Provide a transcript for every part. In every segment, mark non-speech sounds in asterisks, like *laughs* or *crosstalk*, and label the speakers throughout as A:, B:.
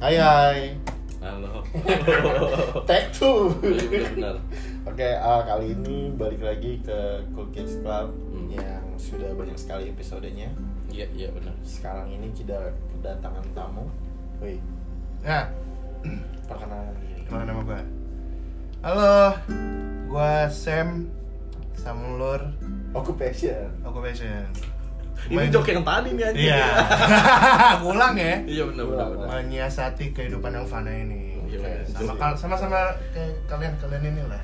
A: Hai hai.
B: Halo. *laughs* Oh.
A: Take two.
B: Iya, benar.
A: *laughs* Oke, eh, kali ini balik lagi ke Cool Kids Club
B: Hmm.
A: yang sudah banyak sekali episodenya.
B: Iya, iya benar.
A: Sekarang ini kita kedatangan tamu. Woi,
C: Ya,
A: perkenalan diri.
C: kenalin nama gue Halo, gue Sam Samulur
A: Occupation.
C: Occupation
B: Ini jok yang tadi nih anjing.
C: Iya *laughs* Pulang ya
B: *laughs* Iya benar benar benar.
C: Menyiasati kehidupan yang fana ini
B: Iya,
C: Oke,
B: bener.
C: sama kal- sama-sama kayak kalian-kalian ini lah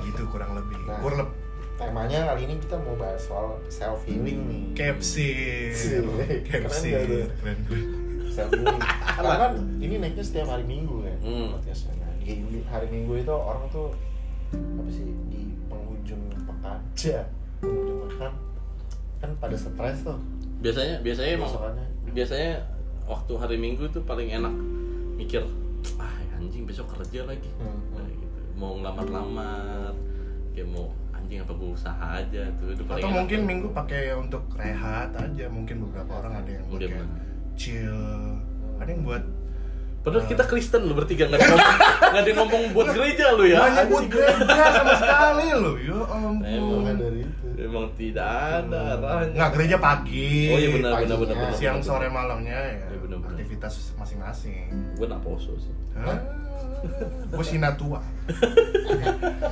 C: Gitu kurang lebih
A: Nah.
C: Kurang lebih
A: Temanya kali ini kita mau bahas soal self healing nih.
C: Capsir
A: Sih, keren gak
C: Capsir
A: tuh?
C: Keren gue
A: self healing. Karena kan ini naiknya setiap hari Minggu kan.
B: Hmm.
A: podcastnya. Nah, di hari Minggu itu orang tuh apa sih di penghujung pekan. Ya. Penghujung pekan kan pada stres tuh.
B: Biasanya biasanya emang
A: Besokannya.
B: biasanya waktu hari Minggu tuh paling enak mikir ah anjing besok kerja lagi.
A: Hmm.
B: Nah, gitu. Mau ngelamar-lamar kayak mau anjing apa gue usaha aja tuh itu paling
C: Atau
B: enak.
C: mungkin minggu pakai untuk rehat aja Mungkin beberapa orang ada yang
B: Mungkin.
C: pakai chill Ada yang buat
B: Padahal kita Kristen lo bertiga nggak ada *laughs* ngomong nggak ada ngomong buat gereja lo ya.
C: Banyak buat gereja sama sekali loh, ya
B: Emang.
C: ampun.
A: Mulai dari itu.
B: Emang tidak ada arahnya.
C: Nggak gereja pagi.
B: Oh iya benar benar benar benar.
C: Siang sore malamnya ya.
B: Iya, benar, benar.
C: aktivitas masing-masing.
B: Gue naposo sih.
C: Hah? Gue
A: *laughs*
C: sinatua.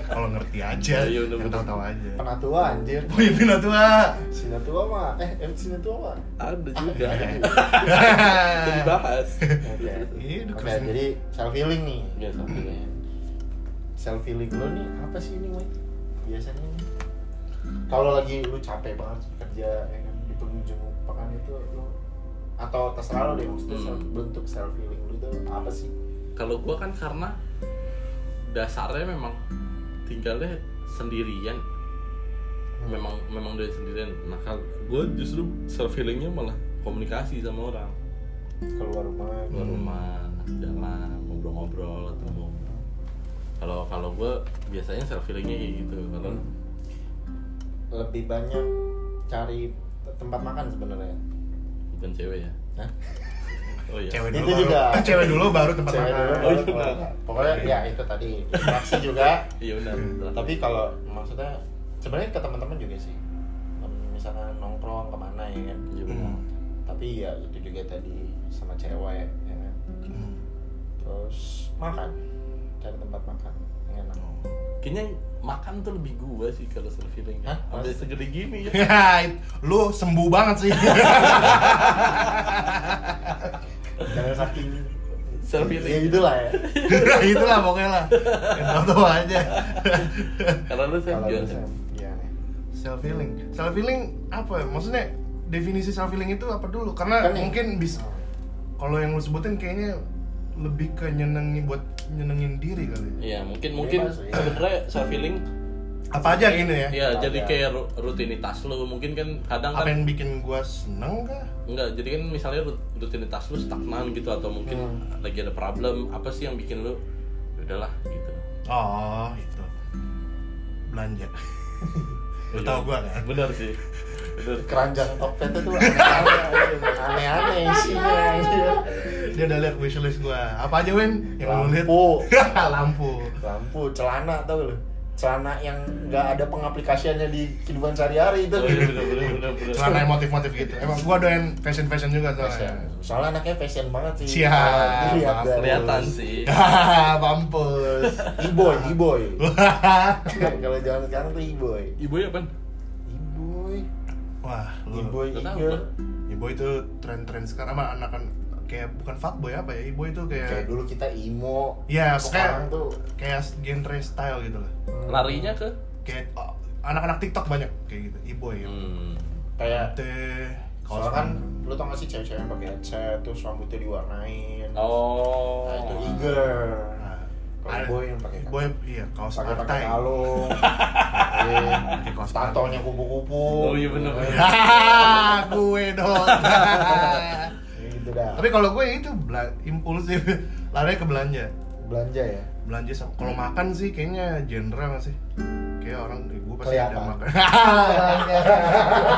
C: Kalau ngerti aja,
B: Iya, benar,
C: yang
B: benar.
C: tahu-tahu aja.
A: Penatua
C: *laughs*
A: anjir.
C: Oh iya
A: *laughs*
C: sinatua.
A: Sinatua mah eh em sinatua mah.
B: Ada juga.
C: Iya,
B: Itu
C: Hahaha.
B: dibahas.
A: Oke. Iya,
C: Iya, udah
A: Oke,
C: keren.
A: jadi self healing nih.
B: Ya sampingnya.
A: Self healing lo nih apa sih ini, Wei? Biasanya nih. Kalau lagi lu capek banget kerja ya kan, di penghujung pekan itu lu atau terserah lo deh maksudnya
B: Hmm.
A: self- bentuk self healing lu itu apa sih?
B: Kalau gua kan karena dasarnya memang tinggalnya sendirian. Memang memang dari sendirian. Maka gua justru self healingnya malah komunikasi sama orang.
A: Keluar rumah,
B: Keluar
C: Hmm.
B: rumah, jalan, ngobrol-ngobrol, ketemu. Kalau kalau gua biasanya self healingnya kayak gitu. Kalau lu?
A: lebih banyak cari te- tempat makan sebenarnya.
B: bukan cewek ya.
A: Hah?
B: Oh iya.
C: Cewek
A: Itu
C: dulu baru,
A: juga.
C: eh, cewek dulu baru tempat
A: Cewek
C: makan.
A: dulu,
B: Oh,
A: baru
B: iya.
A: keluar. Pokoknya ya itu tadi. Taksi
B: *laughs*
A: juga
B: Iya benar.
A: tapi kalau maksudnya sebenarnya ke teman-teman juga sih Em, misalkan nongkrong kemana ya kan
B: Iya benar.
C: Hmm.
A: tapi ya itu juga tadi sama cewek ya kan
C: Hmm.
A: terus makan cari tempat makan yang enak
C: Oh.
B: Kayaknya makan tuh lebih gua sih kalau self healing.
A: Hah?
B: Sampai segede gini
C: *laughs*
B: ya.
C: Ya, it- lu sembuh banget sih. *laughs*
A: jangan saking
B: Self healing.
A: ya itulah ya
C: Nah, Itulah pokoknya lah. Yang tahu-tahu aja.
B: Karena lu Sam
A: kalau
B: juga
A: bisa
B: Sam.
A: ya
C: self healing self healing apa ya maksudnya definisi self healing itu apa dulu karena
A: Kan nih.
C: mungkin bisa kalau yang lu sebutin kayaknya lebih ke nyenengin buat nyenengin diri kali ya.
B: Iya, mungkin mungkin
A: Bebas, iya.
B: sebenarnya self healing
C: apa aja gini ya
B: ya
A: Apa
B: jadi
A: ya?
B: kayak ru- rutinitas lu mungkin kan kadang
C: apa
B: kan
C: yang bikin gua seneng kah
B: enggak jadi kan misalnya rut- rutinitas lu stagnan gitu atau mungkin
A: Hmm.
B: lagi ada problem apa sih yang bikin lu "Ya udahlah gitu.
C: oh itu
A: *laughs*
C: belanja lu tau gua kan
B: Benar sih. Benar.
A: keranjang topet itu aneh-aneh aneh-aneh ya. isinya anjir.
C: dia udah liat wishlist gua apa aja Win yang lu liat
A: Lampu.
C: *laughs* lampu
A: lampu celana tau lu celana yang nggak ada pengaplikasiannya di kehidupan sehari-hari itu
B: Oh, iya, benar benar benar benar.
C: celana yang motif-motif gitu emang gua doyan fashion fashion juga
A: Fashion.
C: soalnya
A: Soalnya anaknya fashion banget sih.
C: Siap,
A: Ah, dilihat
C: maaf,
A: dari-
B: Kelihatan sih.
C: Hahaha, *laughs* mampus
A: *laughs* E-boy, e-boy. Kalau zaman sekarang tuh e-boy.
B: Ibu ya, Pan?
A: E-boy.
C: Wah, lu
A: E-boy,
B: Nggak tahu,
A: e-girl.
B: Bro.
C: Ibu itu tren-tren sekarang mah anak kayak bukan fuckboy apa ya? Ibu itu
A: Kayak
C: kayak
A: dulu kita emo.
C: ya
A: Sekarang
C: sekarang
A: tuh
C: kayak genre style gitu lah.
A: hmm,
B: Larinya ke
C: Kayak oh, anak-anak TikTok banyak kayak gitu. Ibu ya.
B: Hmm.
A: kayak
C: Teh,
A: kalau kan lu tau gak sih cewek-cewek yang pakai headset terus rambutnya diwarnain.
B: Oh.
A: Nah, itu e-girl. Kalau
C: Nah, Ada-
A: boy yang pakai
C: Boy iya kaos
A: pakai pakai
C: partai.
A: kalung.
C: Pakai kaos partai.
A: Tatonya kupu-kupu. Nah,
B: Oh, iya, bener, bener.
C: Hahaha, *laughs* gue dong. *laughs*
A: Ya, Gitu dah.
C: Tapi kalau gue itu bela- impulsif, *laughs* larinya ke belanja.
A: belanja
C: *laughs*
A: ya.
C: belanja sama kalau makan sih kayaknya genre nggak sih kayak orang eh, gue pasti ada
A: Kelihatan.
C: makan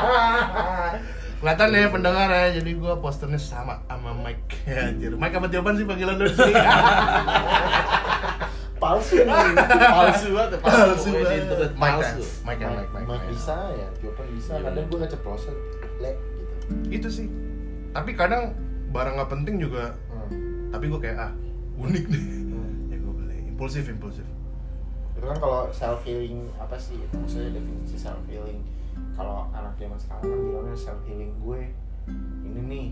C: *laughs* kelihatan ya pendengar ya jadi gue posternya sama sama Mike *laughs* ya anjir Mike apa jawaban sih panggilan lu sih
A: *laughs* palsu nih. palsu banget ya, palsu,
B: Palsu
A: pokoknya di
B: banget.
A: internet
C: Mike
B: Palsu.
C: ya, Mike ya, Mike, Mike,
A: Mike
C: Mike.
A: bisa ya Tiopan bisa
B: Iya,
A: kadang
B: bener.
A: gue keceplosan le gitu
C: itu sih tapi kadang barang nggak penting juga
A: hmm.
C: tapi gue kayak ah unik nih
A: Hmm.
C: ya gue beli impulsif impulsif
A: itu kan kalau self healing apa sih itu maksudnya definisi self healing kalau anak zaman sekarang kan bilangnya self healing gue ini nih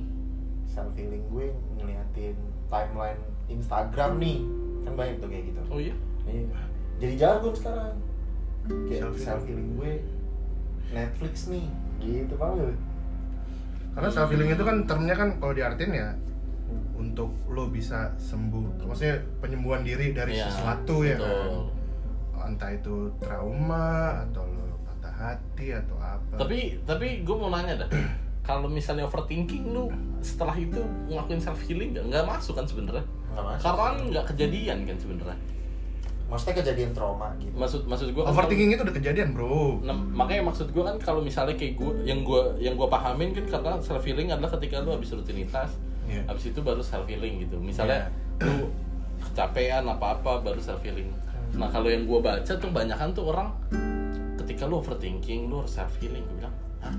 A: self healing gue ngeliatin timeline Instagram nih kan banyak tuh kayak gitu
B: oh iya
A: Iya. jadi jargon sekarang kayak
C: Self-healing.
A: self healing gue Netflix nih gitu paham gak?
C: karena self healing itu kan termnya kan kalau diartin ya untuk lo bisa sembuh maksudnya penyembuhan diri dari
B: Iya,
C: sesuatu ya kan
B: betul.
C: entah itu trauma atau lo patah hati atau apa
B: tapi tapi gue mau nanya dah kalau misalnya overthinking lu setelah itu ngelakuin self healing nggak nggak masuk kan sebenarnya
A: Nggak masuk.
B: karena kan nggak kejadian kan sebenarnya
A: maksudnya kejadian trauma gitu
B: maksud maksud gue
C: overthinking itu udah kejadian bro
B: Nah, makanya maksud gue kan kalau misalnya kayak gue yang gue yang gue pahamin kan karena self healing adalah ketika lu habis rutinitas
C: Iya.
B: habis itu baru self healing gitu misalnya lu kecapean apa apa baru self healing
C: Hmm.
B: nah kalau yang gue baca tuh banyakan tuh orang ketika lu overthinking lu harus self healing gue bilang Hah?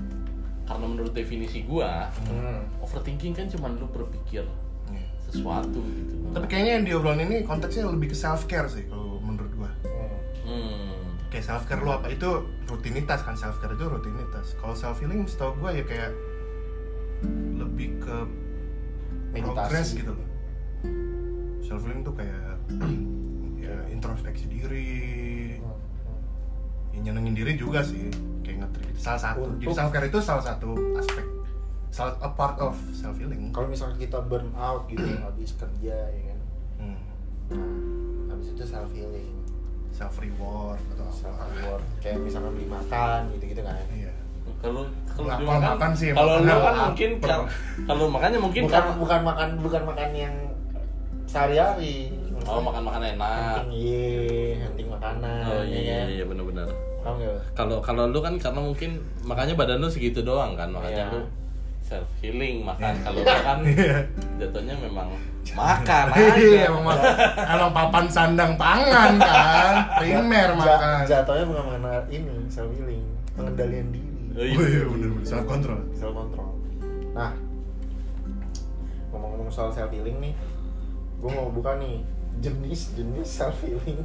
B: karena menurut definisi gue
A: hmm.
B: overthinking kan cuman lu berpikir
C: Iya.
B: sesuatu gitu
C: tapi kayaknya yang diobrolin ini konteksnya lebih ke self care sih kalau menurut gua
A: Hmm.
B: hmm.
C: kayak self care lo apa itu rutinitas kan self care itu rutinitas kalau self healing setahu gua ya kayak lebih ke progress
A: meditasi
C: gitu loh self healing tuh kayak *clears throat* ya, introspeksi diri
A: Hmm. Hmm.
C: ya, nyenengin diri juga sih kayak ngetrik gitu. salah satu jadi
A: Untuk-
C: self care itu salah satu aspek salah a part of self healing
A: kalau misalnya kita burn out gitu *clears throat* habis kerja ya kan
C: hmm.
A: nah, habis itu self healing
C: self reward atau
A: self
C: apa
A: reward kayak misalkan beli makan gitu gitu kan
C: iya
B: kalau kalau
C: Nah,
B: dia
C: kalau makan sih,
B: kalau
C: makan
B: lu
C: apa?
B: kan mungkin
C: Per-
B: kalau makanya mungkin kan,
A: bukan
B: karena-
A: bukan makan bukan makan yang sehari-hari
B: Oh makan makan enak.
A: hunting iya hunting makanan
B: Oh
A: ya
B: iya
A: kan
B: iya benar-benar.
A: Paham nggak?
B: Kalau kalau lu kan karena mungkin makanya badan lu segitu doang kan makanya
A: Iya.
B: lu self healing makan kalau
A: Iya.
C: *laughs*
B: makan jatuhnya memang makan aja.
C: Iya, emang makan. Emang papan sandang pangan
A: *laughs*
C: kan, primer
A: Ja-
C: makan.
A: jatuhnya bukan mengenal ini self healing pengendalian
B: Oh,
A: diri
B: iya.
C: Oh iya bener bener, self control.
A: self control nah ngomong-ngomong soal self healing nih gue mau buka nih jenis-jenis self healing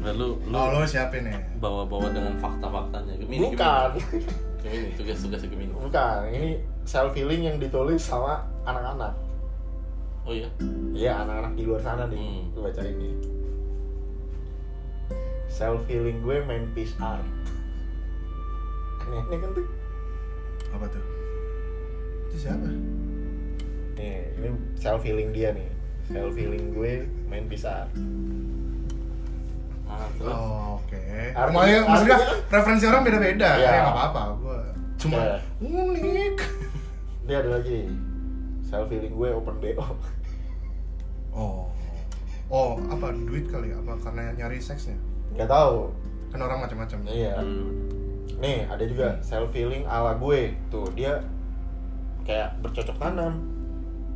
B: Lalu Nah, lu
C: Lo lo siapin ya?
B: bawa-bawa dengan fakta-faktanya. Gemini,
A: bukan
B: Gemini. Gemini tugas-tugas Gemini.
A: bukan ini self healing yang ditulis sama anak-anak
B: Oh iya.
A: Iya anak-anak di luar sana nih,
B: Hmm.
A: lu baca ini. Self healing gue main peace art. Aneh-aneh kan tuh.
C: Apa tuh? Itu siapa?
A: Nih, ini self healing dia nih. Self healing gue main peace art.
B: Nah, terus
C: Oh, oke.
A: Artinya-
C: Mau ya, maksudnya
A: artinya-
C: referensi orang beda-beda.
A: Iya.
C: Ya nggak apa-apa, gua cuma
A: Iya.
C: unik. *laughs*
A: Dia ada lagi nih. Self healing gue open *laughs* BO.
C: Oh, oh apa duit kali? Apa karena nyari seksnya?
A: Gak tau.
C: Kan orang macam-macam.
A: Iya.
B: hmm.
A: Nih ada juga self healing ala gue. Tuh dia kayak bercocok tanam.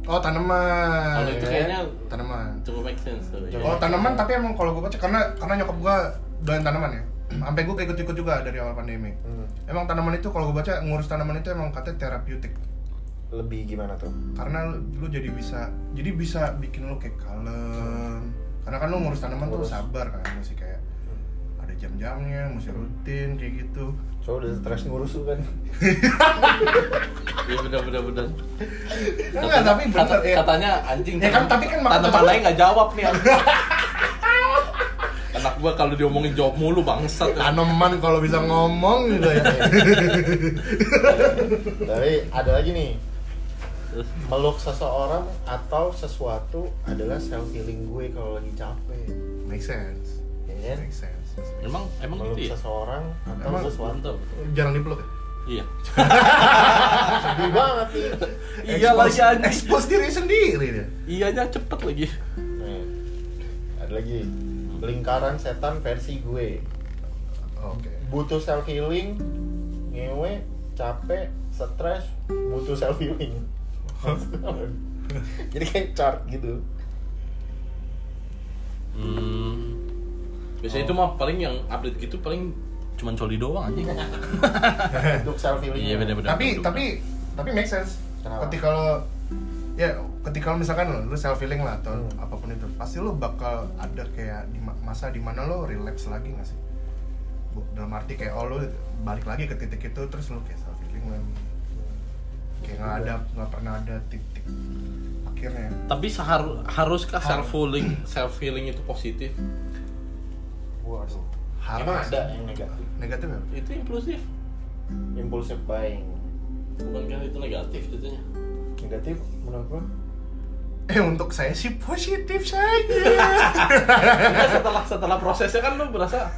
C: Oh tanaman.
B: Kalau itu kayaknya
C: tanaman.
B: cukup make sense tuh. ya.
C: Oh tanaman tapi emang kalau gue baca karena karena nyokap gue doyan tanaman ya. *clears throat* Sampai gue ikut-ikut juga dari awal pandemi.
A: Hmm,
C: Emang tanaman itu kalau gue baca ngurus tanaman itu emang katanya terapeutik
A: Lebih gimana tuh?
C: karena lu, lu jadi bisa jadi bisa bikin lu kayak kalem. Karena kan lu ngurus
B: Iya,
C: tanaman
A: Ngurus.
C: tuh sabar kan mesti kayak
A: Hmm.
C: ada jam-jamnya, mesti
B: Hmm.
C: rutin kayak gitu.
A: So udah stres ngurus lu kan.
B: Iya benar-benar benar.
C: Enggak, tapi bener
B: Kata-
C: ya.
B: katanya anjing
C: Ya kan, tapi kan makan
B: tanaman
C: cocok-
B: lain nggak jawab nih anjing.
C: *laughs*
B: anak gua kalau diomongin jawab mulu bangsat
C: Tanaman kalau bisa ngomong gitu ya.
A: Tapi ada lagi nih. Meluk seseorang atau sesuatu adalah self healing gue kalau lagi capek.
C: Make sense.
A: Ya kan?
C: Make sense.
B: emang emang
A: Meluk
B: gitu ya
A: seseorang atau
C: Emang
A: sesuatu.
B: mantap
C: Jarang dipeluk ya?
B: iya
A: Sedih banget nih.
B: iya lagi
C: Expose-
B: anjing
C: Expose diri sendiri dia.
B: iyanya cepet lagi
A: Nih, Ada lagi. Lingkaran setan versi gue.
C: Oke.
A: Butuh self healing, ngewe, capek, stres, butuh self healing. jadi kayak chart gitu
B: Hmm. Biasanya
A: Oh.
B: itu mah paling yang update gitu paling cuman coli doang anjing.
A: untuk kan? self healing
B: Iya, bener-bener.
C: tapi
B: betul,
C: tapi tapi make sense
A: Kenapa?
C: ketika lo ya ketika lo misalkan lo, lo self healing lah atau
A: Hmm.
C: apapun itu pasti lo bakal ada kayak di ma- masa dimana lo relapse lagi nggak sih Bu- dalam arti kayak oh lo balik lagi ke titik itu terus lo kayak self healing lagi kayak nggak ada nggak pernah ada titik akhirnya
B: Tapi seharu, haruskah self healing self healing itu positif?
A: waduh
C: Harus.
A: emang ada yang negatif
C: negatif ya
B: Itu impulsif.
A: impulsive buying
B: Bukankah itu negatif *laughs* jadinya?
A: negatif menurut lo
C: *laughs* eh untuk saya sih positif saja
A: *laughs*
B: Enggak, Iya, setelah setelah prosesnya kan lu berasa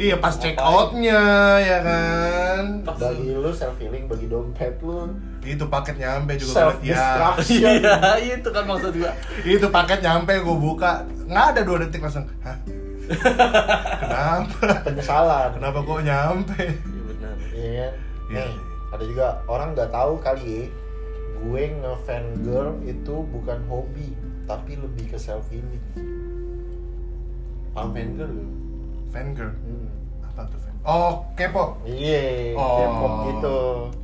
C: iya pas check outnya ya kan
B: Pas-
A: bagi lu self healing bagi dompet lu
C: itu paket nyampe juga
A: self
C: gue liat, ya *laughs*
A: destruction
B: *laughs* Iya, itu kan maksud gua.
C: itu paket nyampe gue buka nggak ada dua detik langsung hah kenapa
A: penyesalan
C: kenapa kok nyampe
B: Iya benar.
A: Iya kan?
C: Iya.
A: Nih, ada juga orang nggak tahu kali ya, gue ngefan girl itu bukan hobi, tapi lebih ke self healing. Paham fan
C: ya?
A: girl lu?
C: fangirl
A: Hmm.
C: apa tuh fan oh kepo
A: Iya,
C: Oh.
A: K-pop gitu.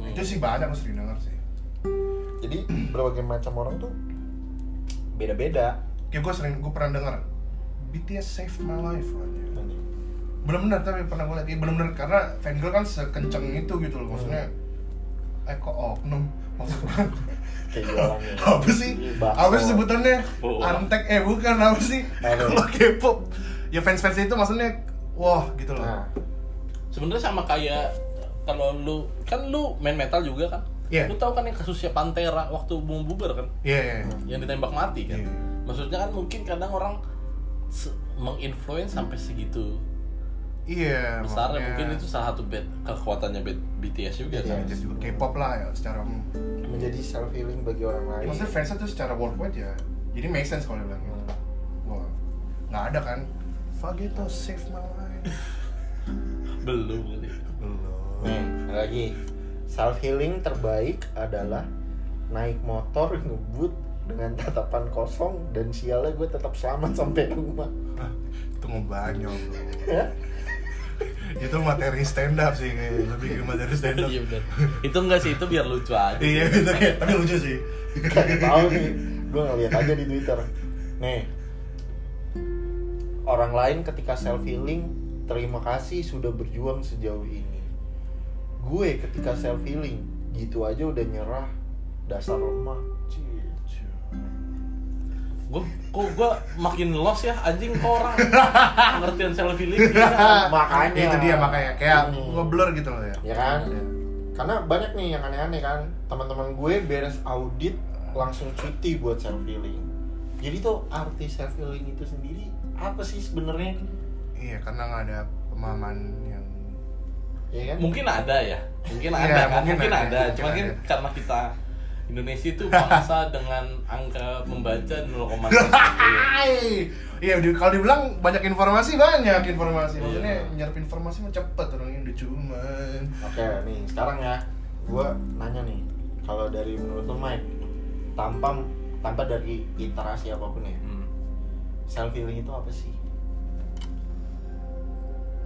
B: Iya.
C: itu sih banyak gue sering denger sih
A: Jadi berbagai macam orang tuh beda-beda.
C: kayak gue sering gue pernah denger BTS saved my life aja bener-bener tapi pernah gue liat iya bener-bener karena fangirl kan sekenceng itu gitu loh maksudnya eh kok oknum maksud gua,
A: Kayak jualannya.
C: *laughs* apa sih
A: Bakso.
C: apa sih sebutannya
B: Oh.
C: antek eh bukan apa sih
A: Aduh.
C: kalau K-pop ya fans-fans itu maksudnya wah gitu loh
A: Nah,
B: Sebenarnya sama kayak kalau lu kan lu main metal juga kan?
C: Iya.
B: Lu tahu kan yang kasusnya Pantera waktu mau bubar kan?
C: Iya, iya, iya.
B: yang ditembak mati kan
C: Iya.
B: maksudnya kan mungkin kadang orang se- menginfluence sampai segitu
C: Iya.
B: besarnya
C: makanya.
B: mungkin itu salah satu bad, kekuatannya bad BTS juga kan
C: Iya, jadi juga K-pop lah ya secara umum.
A: menjadi self healing bagi orang lain.
C: Maksudnya fansnya tuh secara worldwide ya. Jadi make sense kalau bilang.
A: Hmm.
C: Wah, nggak ada kan? Fagito save my life.
B: belum
A: Nih,
B: kali Hmm.
C: Belum.
A: ada lagi. Self healing terbaik adalah naik motor *laughs* ngebut dengan tatapan kosong dan sialnya gue tetap selamat sampai rumah.
C: Hah, Itu ngebanyol bro. itu materi stand up sih kayak lebih ke materi stand
B: *laughs*
C: up.
B: iya benar itu enggak sih itu biar lucu aja
C: Iya, itu kayak tapi lucu sih.
A: Gak tahu nih, gue ngeliat aja di Twitter. Nih, orang lain ketika self healing, terima kasih sudah berjuang sejauh ini. Gue ketika self healing, gitu aja udah nyerah, dasar lemah. Cie.
B: gue kok gue makin lost ya anjing kok orang
C: *laughs*
B: pengertian self gitu. healing gila.
A: Makanya.
C: itu dia makanya kayak
A: Hmm.
C: ngeblur gitu loh ya.
A: ya kan karena banyak nih yang aneh-aneh kan teman-teman gue beres audit langsung cuti buat self healing jadi tuh arti self healing itu sendiri apa sih sebenarnya
C: Iya, karena nggak ada pemahaman yang
A: ya kan
B: mungkin ada ya mungkin
C: Iya,
B: ada kan
C: mungkin
B: mungkin,
C: ada,
B: ada
C: mungkin
B: cuma kan
C: ada.
B: karena kita Indonesia itu
C: *laughs*
B: bangsa dengan angka membaca 0,1
C: *laughs* Hai. Iya, di- kalau dibilang banyak informasi banyak informasi. Maksudnya
B: Iya.
C: nyerap informasi mah cepet orang ini cuman.
A: oke nih sekarang ya gue nanya nih kalau dari menurut lo Mike tanpa tanpa dari iterasi apapun ya
B: Hmm.
A: self healing itu apa sih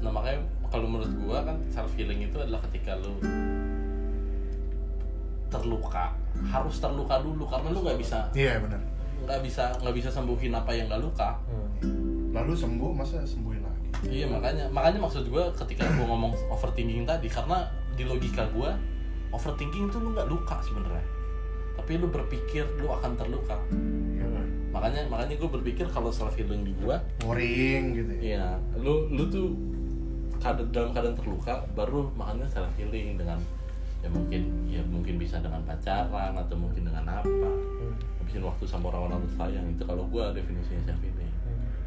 B: Nah makanya kalau menurut gua kan self healing itu adalah ketika lu terluka harus terluka dulu karena lu nggak bisa
C: Iya benar.
B: nggak bisa nggak bisa sembuhin apa yang nggak luka
C: Lalu sembuh masa sembuhin lagi.
B: iya makanya makanya maksud gua ketika gua ngomong overthinking tadi karena di logika gua overthinking itu lu nggak luka sebenarnya tapi lu berpikir lu akan terluka
C: Iya.
B: makanya makanya gua berpikir kalau self healing di gua
C: Boring gitu ya.
B: Iya, lu lu tuh kada, dalam keadaan terluka baru makanya self healing dengan ya mungkin ya mungkin bisa dengan pacaran atau mungkin dengan apa habisin waktu sama orang-orang tersayang itu kalau gua definisinya self healing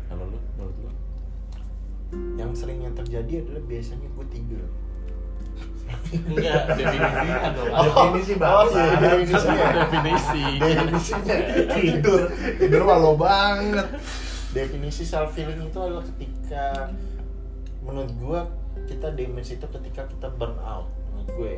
B: kalau lu menurut lu
A: yang sering yang terjadi adalah biasanya gue tidur
B: enggak *laughs* definisinya dong
C: Definisi
A: oh,
C: bangsa.
A: iya, definisinya
B: definisi
A: *laughs* definisinya tidur
C: Tidur walau banget.
A: definisi self healing itu adalah ketika menurut gua kita damage itu ketika kita burn out menurut gue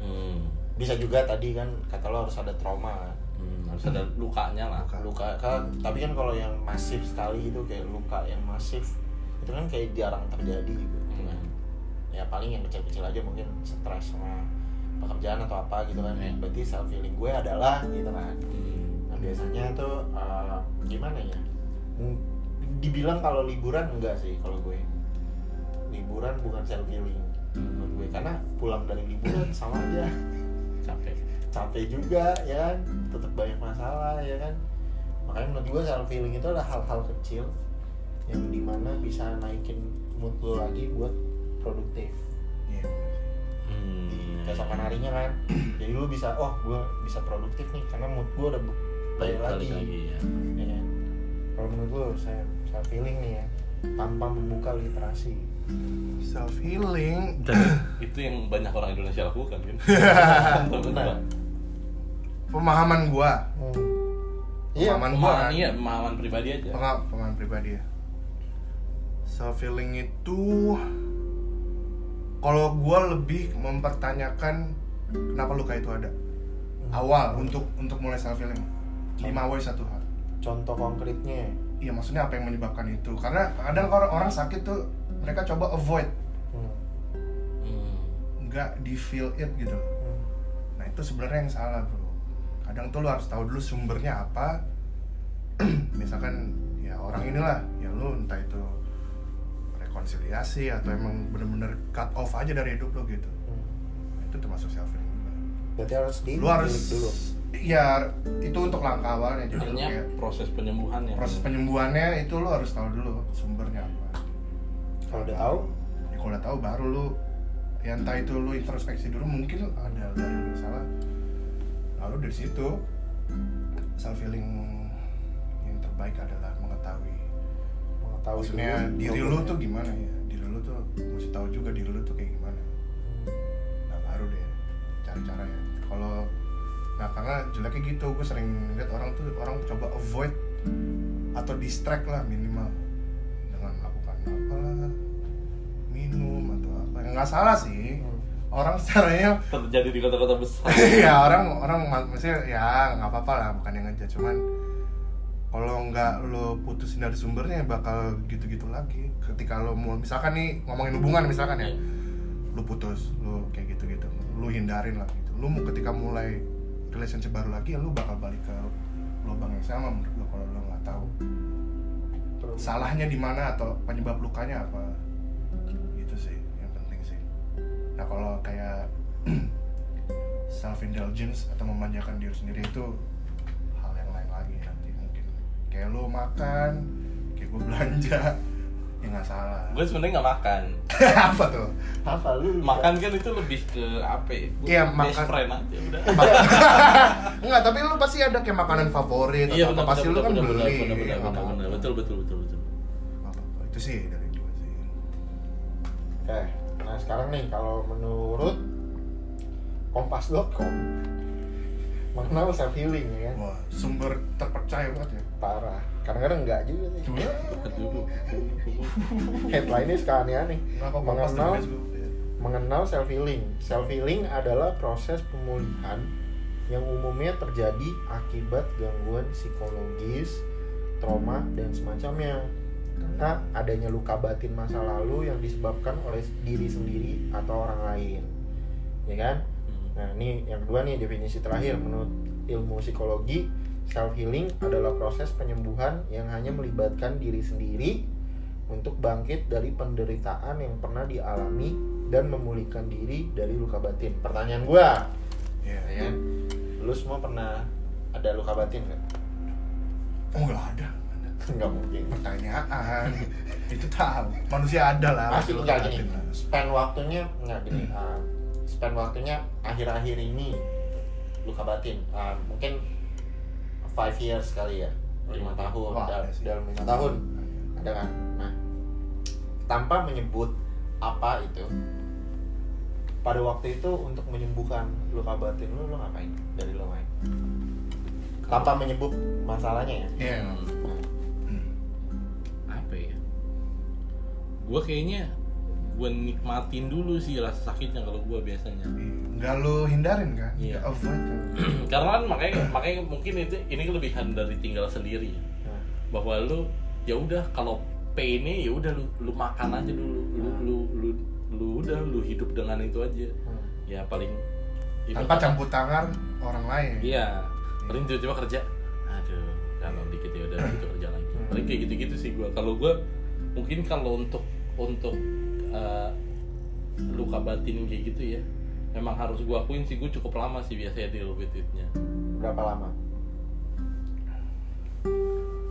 B: hmm.
A: bisa juga tadi kan kata lo harus ada trauma kan.
B: Hmm, harus ada lukanya lah
C: Luka.
A: luka kan tapi kan kalau yang masif sekali itu kayak luka yang masif itu kan kayak jarang terjadi gitu kan
B: Hmm.
A: ya paling yang kecil-kecil aja mungkin stres sama pekerjaan atau apa gitu kan
B: Hmm.
A: berarti self feeling gue adalah gitu kan
B: Hmm.
A: nah biasanya tuh eh, gimana ya M- dibilang kalau liburan enggak sih kalau gue liburan bukan self feeling menurut gue karena pulang dari
B: *laughs*
A: liburan sama aja
B: capek
A: capek juga ya kan tetap banyak masalah ya kan makanya menurut gue self healing itu adalah hal-hal kecil yang dimana bisa naikin mood lo lagi buat produktif
C: Iya.
B: Hmm.
A: di keesokan harinya
B: *clears throat*
A: kan jadi lo bisa oh gue bisa produktif nih karena mood gue udah bu- balik
B: balik
A: lagi,
B: balik lagi ya
A: Ya kan? kalau menurut lo saya self healing nih ya tanpa membuka literasi
C: self healing *coughs*
B: dan itu yang banyak orang Indonesia lakukan
C: *laughs*
B: kan
A: Benar.
C: pemahaman gua
A: Hmm. iya
C: Pemahaman gua
B: pemahaman
C: kan.
B: iya pemahaman pribadi aja
C: Pengal- pengalaman pribadi ya self feeling itu kalau gua lebih mempertanyakan kenapa luka itu ada awal untuk untuk mulai self feeling lima why satu hal
A: contoh konkretnya
C: iya maksudnya apa yang menyebabkan itu karena kadang orang orang sakit tuh mereka coba avoid
A: Hmm.
B: Hmm.
C: nggak di feel it gitu loh.
A: Hmm.
C: nah itu sebenarnya yang salah bro kadang tuh lu harus tahu dulu sumbernya apa *clears throat* misalkan ya orang inilah ya lu entah itu rekonsiliasi atau emang bener-bener cut off aja dari hidup lu gitu
A: Hmm.
C: Nah, itu termasuk self healing juga
A: berarti harus di
C: lu harus
A: dulu
C: ya itu untuk langkah awalnya jadi lu
B: artinya
C: kayak
B: proses penyembuhan ya
C: proses penyembuhannya itu lu harus tahu dulu sumbernya apa
A: kalau udah tahu
C: ya kalau udah tahu baru lu ya entah itu lu introspeksi dulu mungkin ada dari lu yang salah lalu dari situ self healing yang terbaik adalah mengetahui
A: mengetahui dulu
C: maksudnya
A: Hmm.
C: diri lu
A: problemnya.
C: tuh gimana ya diri lu tuh mesti tahu juga diri lu tuh kayak gimana nah baru deh cari cara ya kalau nah karena jeleknya gitu gue sering lihat orang tuh orang coba avoid atau distract lah minimal dengan melakukan apalah minum atau apa nggak salah sih
A: Hmm.
C: orang caranya *laughs*
B: terjadi di kota-kota besar
C: ya orang orang ma- maksudnya ya nggak apa-apa lah bukan yang aja cuman kalau nggak lo putusin dari sumbernya bakal gitu-gitu lagi ketika lo mau misalkan nih ngomongin hubungan misalkan ya
B: Iya.
C: lo putus lo kayak gitu-gitu lo hindarin lah gitu lo mau ketika mulai relationship baru lagi ya lo bakal balik ke lubang yang sama menurut gue kalau lo nggak tahu
A: Terus-
C: salahnya di mana atau penyebab lukanya apa gitu sih yang penting sih nah kalau kayak *clears throat* self indulgence atau memanjakan diri sendiri itu hal yang lain lagi nanti mungkin kayak lo makan kayak gue belanja ya nggak salah
B: gue sebenarnya nggak makan
C: *laughs* apa tuh
A: apa lu bisa-
B: makan kan itu lebih ke apa ya Gua
C: Iya,
B: best
C: makan. Iya,
B: friend aja udah Iya,
C: Enggak, tapi lu pasti ada kayak makanan favorit atau apa pasti lu kan
B: Iya, benar,
C: beli.
B: benar, benar,
C: nggak
B: benar,
C: apa-apa.
B: benar. betul betul betul betul
C: Nggak apa-apa. Itu sih dari gue sih.
A: Oke, nah sekarang nih kalau menurut kompas.com mengenal self healing ya kan?
C: Wah, sumber terpercaya banget ya.
A: parah kadang-kadang enggak juga sih
B: Aduh.
A: *laughs* headline-nya suka aneh-aneh
C: Kenapa kompas
A: mengenal
C: terus gue?
A: mengenal self healing self healing adalah proses pemulihan yang umumnya terjadi akibat gangguan psikologis trauma dan semacamnya karena adanya luka batin masa lalu yang disebabkan oleh diri sendiri atau orang lain ya kan Nah, ini yang kedua nih definisi terakhir menurut ilmu psikologi, self healing adalah proses penyembuhan yang hanya melibatkan diri sendiri untuk bangkit dari penderitaan yang pernah dialami dan memulihkan diri dari luka batin. Pertanyaan gua,
C: Iya.
A: ya kan? Lu semua pernah ada luka batin nggak? *laughs*
C: Oh, enggak ada. Nggak ada.
A: Nggak mungkin.
C: Pertanyaan. *laughs* itu tahu. Manusia ada lah.
A: Masih
C: lu Hmm.
A: nggak
C: perhatiin
A: gini.
C: lah.
B: Iya.
A: Spend waktunya nggak gini. ah, spend waktunya akhir-akhir ini luka batin. Ah, mungkin five years kali ya, lima tahun
C: Oh iya. Wah,
A: dal-
C: ada sih. Iya.
A: dalam lima tahun ada kan. Nah, tanpa menyebut apa itu pada waktu itu untuk menyembuhkan luka batin lu lu ngapain dari lu ngapain? Tanpa menyebut masalahnya ya.
C: Iya.
B: apa ya gue kayaknya gue nikmatin dulu sih rasa sakitnya kalau gue biasanya
C: nggak lo hindarin kan
B: Iya.
C: nggak avoid
B: *clears throat*
C: kan
B: karena kan makanya makanya mungkin itu ini kelebihan dari tinggal sendiri
A: Nah,
B: bahwa lu ya udah kalau painnya ya udah lu lu makan aja dulu lu lu lu lu udah lu hidup dengan itu aja
A: hmm.
B: ya paling
C: tanpa campur tangan orang lain
B: iya paling tiba-tiba kerja aduh kalau dikit ya udah gitu kerja lagi paling kayak gitu-gitu sih gua kalau gua mungkin kalau untuk untuk eh, luka batin kayak gitu ya memang harus gua akuin sih gua cukup lama sih biasanya deal with it-nya.
A: berapa lama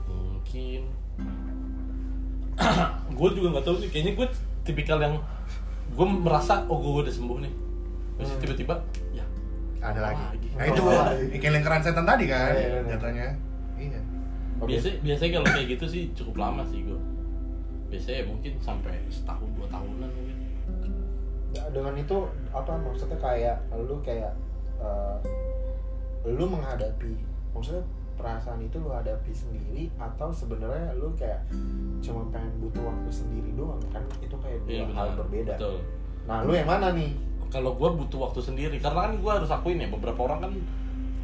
B: mungkin *clears throat* gue juga nggak tahu sih kayaknya gue tipikal yang gue merasa oh gue udah sembuh nih terus
A: Hmm.
B: tiba-tiba ya
C: ada lagi
B: Lagi.
C: nah itu
A: Oh,
C: ikan lingkaran setan tadi kan
A: Iya, iya, iya.
C: jatuhnya iya
B: biasa biasanya kalau kayak gitu sih cukup lama sih gue biasanya ya mungkin sampai setahun dua tahunan mungkin
A: Ya, dengan itu apa maksudnya kayak lu kayak eh, lu menghadapi maksudnya perasaan itu lu hadapi sendiri atau sebenarnya lu kayak cuma pengen butuh waktu sendiri doang kan itu kayak dua
B: Iya,
A: hal berbeda
B: betul
A: nah lu yang mana nih
B: kalau gue butuh waktu sendiri karena kan gue harus akuin ya beberapa orang kan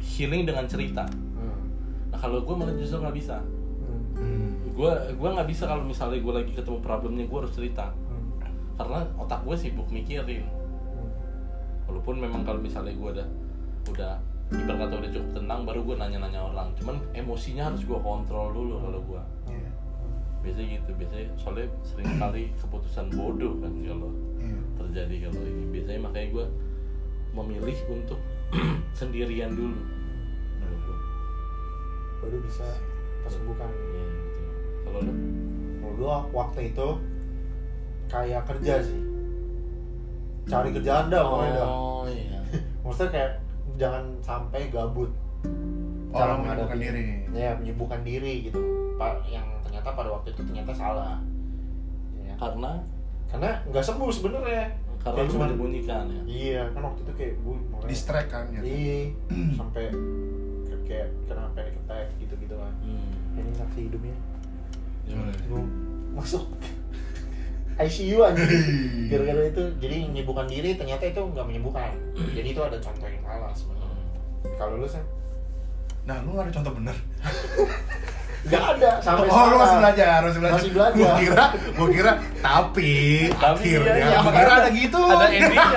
B: healing dengan cerita
A: hmm.
B: nah kalau gue malah justru nggak bisa
A: Hmm.
C: Hmm.
B: gue gue nggak bisa kalau misalnya gue lagi ketemu problemnya gue harus cerita
A: Hmm.
B: karena otak gue sibuk mikirin
A: Hmm.
B: walaupun memang kalau misalnya gue udah udah ibarat kata udah cukup tenang baru gue nanya-nanya orang cuman emosinya harus gue kontrol dulu kalau gue
A: Ya.
C: Iya.
A: Hmm.
B: biasanya gitu biasanya soalnya sering kali keputusan bodoh kan kalau
C: Iya.
B: terjadi kalau ini biasanya makanya gue memilih untuk *clears throat* sendirian dulu kalau gua.
A: baru bisa kesembuhan
B: Iya, gitu. kalau lu
A: Kalau gua waktu itu kayak kerja sih cari kerjaan dah pokoknya dah
B: oh iya
A: maksudnya kayak jangan sampai gabut
C: orang
A: Cara
C: menyembuhkan
A: menghadapi-
C: diri
A: ya menyibukkan diri gitu pak yang ternyata pada waktu itu ternyata salah Ya,
B: karena
A: karena nggak sembuh sebenarnya
B: karena
A: Ya,
B: cuma
A: cuman-
B: dibunyikan ya
A: iya kan waktu itu kayak bu makanya
C: distract kan ya
A: iya *clears throat* sampai ke- kayak kena panic attack gitu gitu lah
B: hmm.
A: ini saksi hidupnya
B: Gimana?
A: Gua masuk *laughs* ICU aja gara-gara itu jadi menyibukkan diri ternyata itu nggak menyembuhkan jadi itu ada contoh yang salah sebenarnya
B: Hmm.
A: kalau lu sih
C: nah lu ada contoh bener
A: nggak ada sampai
C: oh lu masih
A: sekarang.
C: belajar masih belajar
A: Masih belajar.
C: gua kira gua kira tapi,
B: Tapi
C: akhirnya
B: iya, iya,
C: gua
B: makanya
C: kira ada
B: ada-
C: gitu
B: ada endingnya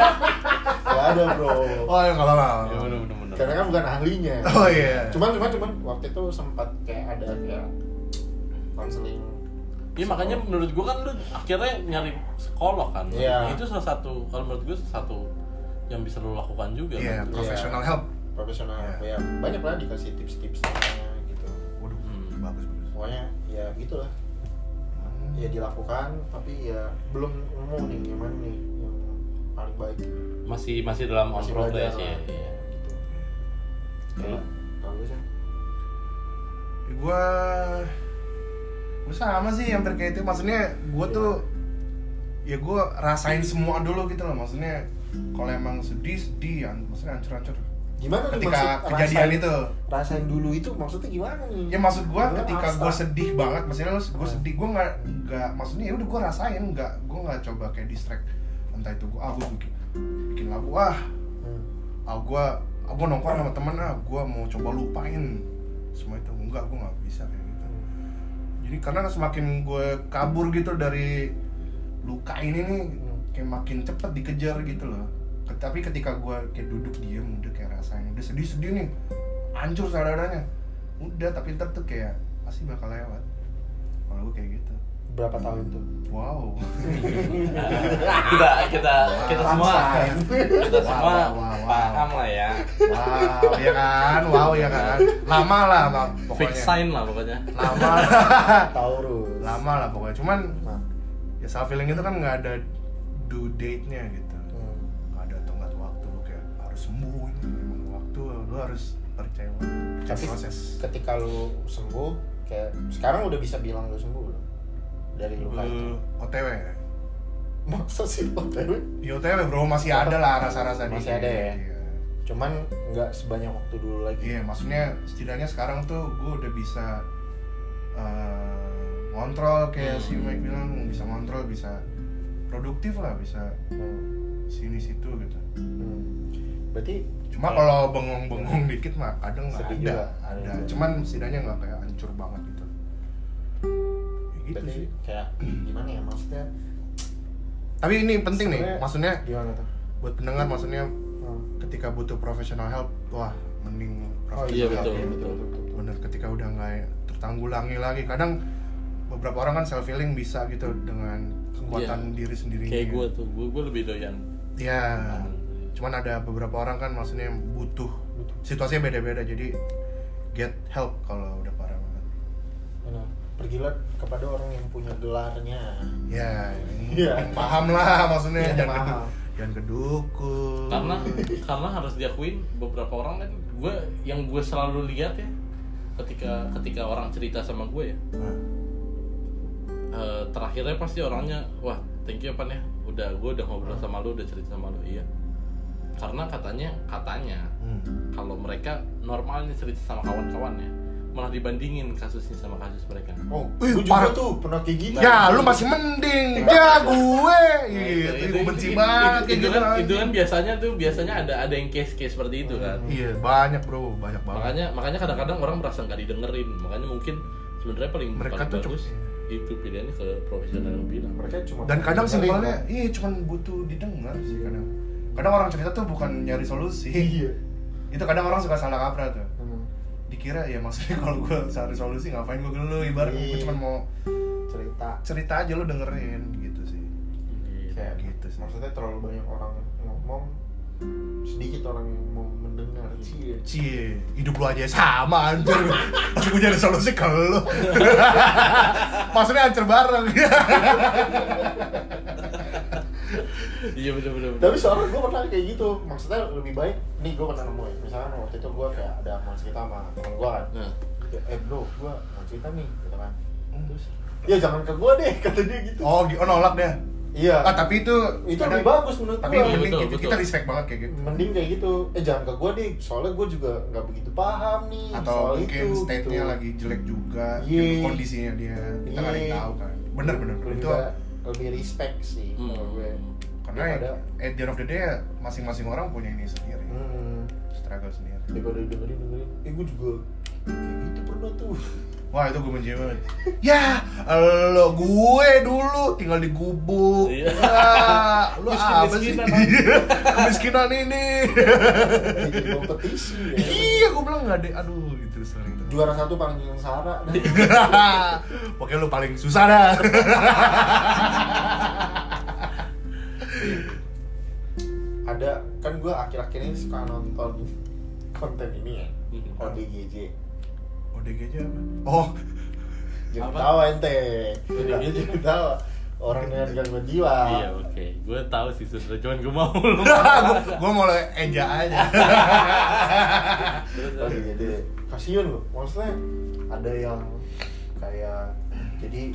A: nggak ada bro
C: oh ya nggak apa-apa
B: Ya, bener, bener, bener.
A: karena kan bukan ahlinya
C: oh iya
A: cuman cuman cuman waktu itu sempat kayak ada kayak konseling
B: Iya makanya menurut gua kan lu akhirnya nyari psikolog kan.
A: Iya.
B: Itu salah satu kalau menurut gua salah satu yang bisa lu lakukan juga.
C: iya
B: kan.
C: professional help
A: profesional ya
C: Iya.
A: banyak lah dikasih tips-tipsnya gitu
C: waduh
B: Hmm.
C: bagus bagus
A: pokoknya ya gitulah ya dilakukan tapi ya belum nemu nih yang mana nih yang paling baik
B: Masih masih dalam on
A: Masih
B: progress
A: belajar Iya.
B: ya.
A: lah.
B: Iya.
A: gitu kayak
B: Kalau-
A: kalau gue sih
C: gue gue sama sih hampir kayak itu maksudnya gue tuh ya gue rasain semua dulu gitu loh maksudnya kalau emang sedih sedih ya maksudnya hancur hancur
A: gimana nih
C: ketika
A: Kan maksud
C: kejadian
A: rasain-
C: itu
A: rasain dulu itu maksudnya gimana nih
C: ya maksud gue
A: Lu
C: ketika
A: rasa.
C: gue sedih banget maksudnya gue sedih gue nggak nggak maksudnya ya udah gue rasain nggak gue nggak coba kayak distract entah itu gue ah gue bikin bikin lagu ah
A: Hmm.
C: ah gue ah, gue nongkrong sama temen ah gue mau coba lupain semua itu enggak gue nggak bisa kayak gitu
A: hmm.
C: jadi karena semakin gue kabur gitu dari luka ini nih kayak makin cepet dikejar gitu loh Ke- tapi ketika gue kayak duduk diam udah kayak rasanya udah sedih sedih nih hancur saudaranya udah tapi ntar tuh kayak pasti bakal lewat kalau gue kayak gitu
A: berapa tahun itu
C: wow
B: kita kita kita semua
C: Rasain.
B: kita semua
C: Wah, wah, wah, wah.
B: paham lah ya.
C: wow ya kan wow ya kan lama lah Bang,
B: Fix
C: pokoknya
B: sign lah pokoknya.
C: lama lah
A: Taurus
C: lama lah pokoknya cuman
A: Nah.
C: ya self healing itu kan nggak ada due date nya gitu
A: Hmm.
C: nggak ada tenggat waktu lu kayak harus sembuh ini memang waktu lu harus percaya waktu percaya
A: Tapi-
C: proses
A: ketika lu sembuh kayak sekarang udah bisa bilang lu sembuh belum dari luka itu
C: lu otw
A: masa sih *laughs* OTW?
C: ya otw bro masih ada lah rasa-rasa
A: Masih
C: dikit,
A: ada ya?
C: iya.
A: cuman nggak sebanyak waktu dulu lagi
C: iya maksudnya setidaknya sekarang tuh gue udah bisa eh, ngontrol kayak si Mike bilang bisa ngontrol bisa produktif lah bisa sini situ gitu
A: Hmm. berarti
C: cuma kalau bengong-bengong dikit mah kadang
A: Iya. Sedih juga, Iya.
C: ada
A: ada
C: ada
A: juga.
C: cuman setidaknya nggak kayak hancur banget gitu ya gitu
A: berarti
C: sih *clears throat*
A: kayak gimana ya maksudnya
C: tapi ini penting nih
A: Sebenarnya-
C: maksudnya
A: gimana tuh
C: buat pendengar maksudnya
A: Hmm.
C: ketika butuh professional help wah mending
A: Oh,
C: professional
B: iya,
C: help
B: betul,
A: iya,
B: betul.
C: bener ketika udah nggak tertanggulangi lagi kadang beberapa orang kan self healing bisa gitu dengan
A: Iya.
C: kekuatan diri sendirinya
B: kayak gue tuh gue gue lebih doyan
C: ya cuman ada beberapa orang kan maksudnya butuh
A: Butuh.
C: situasinya beda-beda jadi get help kalau udah parah banget
A: Benar. pergilah kepada orang yang punya gelarnya
C: ya
A: Iya.
C: yang paham lah maksudnya
A: Iya,
C: jangan
A: paham.
C: kedukun jangan kedukun
B: karena karena harus diakuin beberapa orang kan gue yang gue selalu lihat ya ketika ketika orang cerita sama gue ya
C: Nah,
B: eh, terakhirnya pasti orangnya wah thank you pan ya udah gue udah ngobrol sama lu udah cerita sama lu iya karena katanya katanya
C: hmm.
B: kalau mereka normalnya cerita sama kawan-kawannya malah dibandingin kasusnya sama kasus mereka
A: oh
C: Wih,
A: gue juga
C: parah.
A: tuh pernah kayak gini
C: Ya, lu masih mending. Ya, gue.
B: Iya,
C: Gitu, gue benci banget
B: Nah,
C: kayak
B: itu,
C: gitu.
B: kan, itu
C: anjing.
B: kan biasanya tuh biasanya ada ada yang case-case seperti itu kan
C: Iya, banyak bro, banyak banget.
B: makanya makanya kadang-kadang orang merasa nggak didengerin makanya mungkin sebenarnya paling
C: Mereka
B: paling
C: tuh
B: bagus
C: cuma-
B: itu pilihannya ke profesional yang bilang
A: mereka cuma
C: Dan kadang
A: dengerin,
C: simpelnya,
A: kan?
C: iya cuman butuh didengar sih kadang. Kadang orang cerita tuh bukan nyari solusi. *laughs*
A: iya
C: Itu kadang orang suka salah kaprah tuh.
A: Hmm.
C: Dikira ya maksudnya *laughs* kalau gue cari solusi ngapain gue geluh ibaratnya gue
A: Iya.
C: cuman mau
A: cerita
C: cerita aja lu dengerin gitu sih.
A: kayak
C: Gitu sih.
A: maksudnya terlalu banyak orang ngomong sedikit orang yang mau mendengar
C: Iya.
A: sih
C: Cie, hidup lu aja sama anjir. Pas gue nyari solusi ke
A: *laughs*
C: lu. maksudnya hancur bareng.
B: iya bener bener bener.
A: tapi soalnya gue pernah kayak gitu maksudnya lebih baik nih gue pernah nemuin misalkan waktu itu gue kayak ada mau cerita sama temen gue kan
B: nah
A: Kayak, eh bro gue mau cerita nih gitu kan
C: Hmm.
A: terus ya jangan ke gue deh *laughs* kata dia gitu
C: oh, gi- oh nolak deh.
A: iya
C: Ah, tapi itu
A: itu
C: kadang-
A: lebih bagus menurut
C: Tapi
A: gue
B: Iya,
C: mending
B: betul,
C: kita,
B: betul.
C: kita respect banget kayak gitu.
A: mending kayak gitu eh jangan ke gue deh soalnya gue juga nggak begitu paham nih
C: Atau
A: soal
C: mungkin
A: itu
C: state-nya
A: gitu.
C: lagi jelek juga,
A: Iya.
C: gitu, kondisinya dia. Kita nggak ada yang
A: Iya.
C: tahu kan. Bener bener bener.
A: lebih
C: itu
A: ba- lebih respect sih
B: Hmm.
A: kalau gue
C: karena
A: daripada-
C: at the end of the day masing-masing orang punya ini sendiri,
A: hmm.
C: struggle sendiri.
A: daripada dengerin dengerin eh gue juga kayak gitu pernah tuh
C: Wah itu gue benci banget. ya, lo gue dulu tinggal di gubuk.
B: Iya.
C: Ya, lu apa sih?
B: Miskin-miskinan,
C: Iya, Kemiskinan ini.
A: jadi kompetisi ya
C: iya, gue bilang nggak ada. Aduh, gitu *laughs* sering itu.
A: juara satu paling sengsara dah.
C: Pokoknya lu paling susah dah. *laughs*
A: ada kan gue akhir-akhir ini suka nonton konten ini ya ODGJ
C: ODG aja apa? Oh, *laughs*
A: jangan
B: Apa?
A: ketawa ente
B: ODGJ.
A: jangan ketawa orang dengan gangguan jiwa
B: iya oke gue tahu sih susah cuman gue mau
A: *laughs*
B: lu Hmm.
C: gua, gua mulai enja aja.
B: Terus, terus.
A: ODGJ kasian loh maksudnya ada yang kayak jadi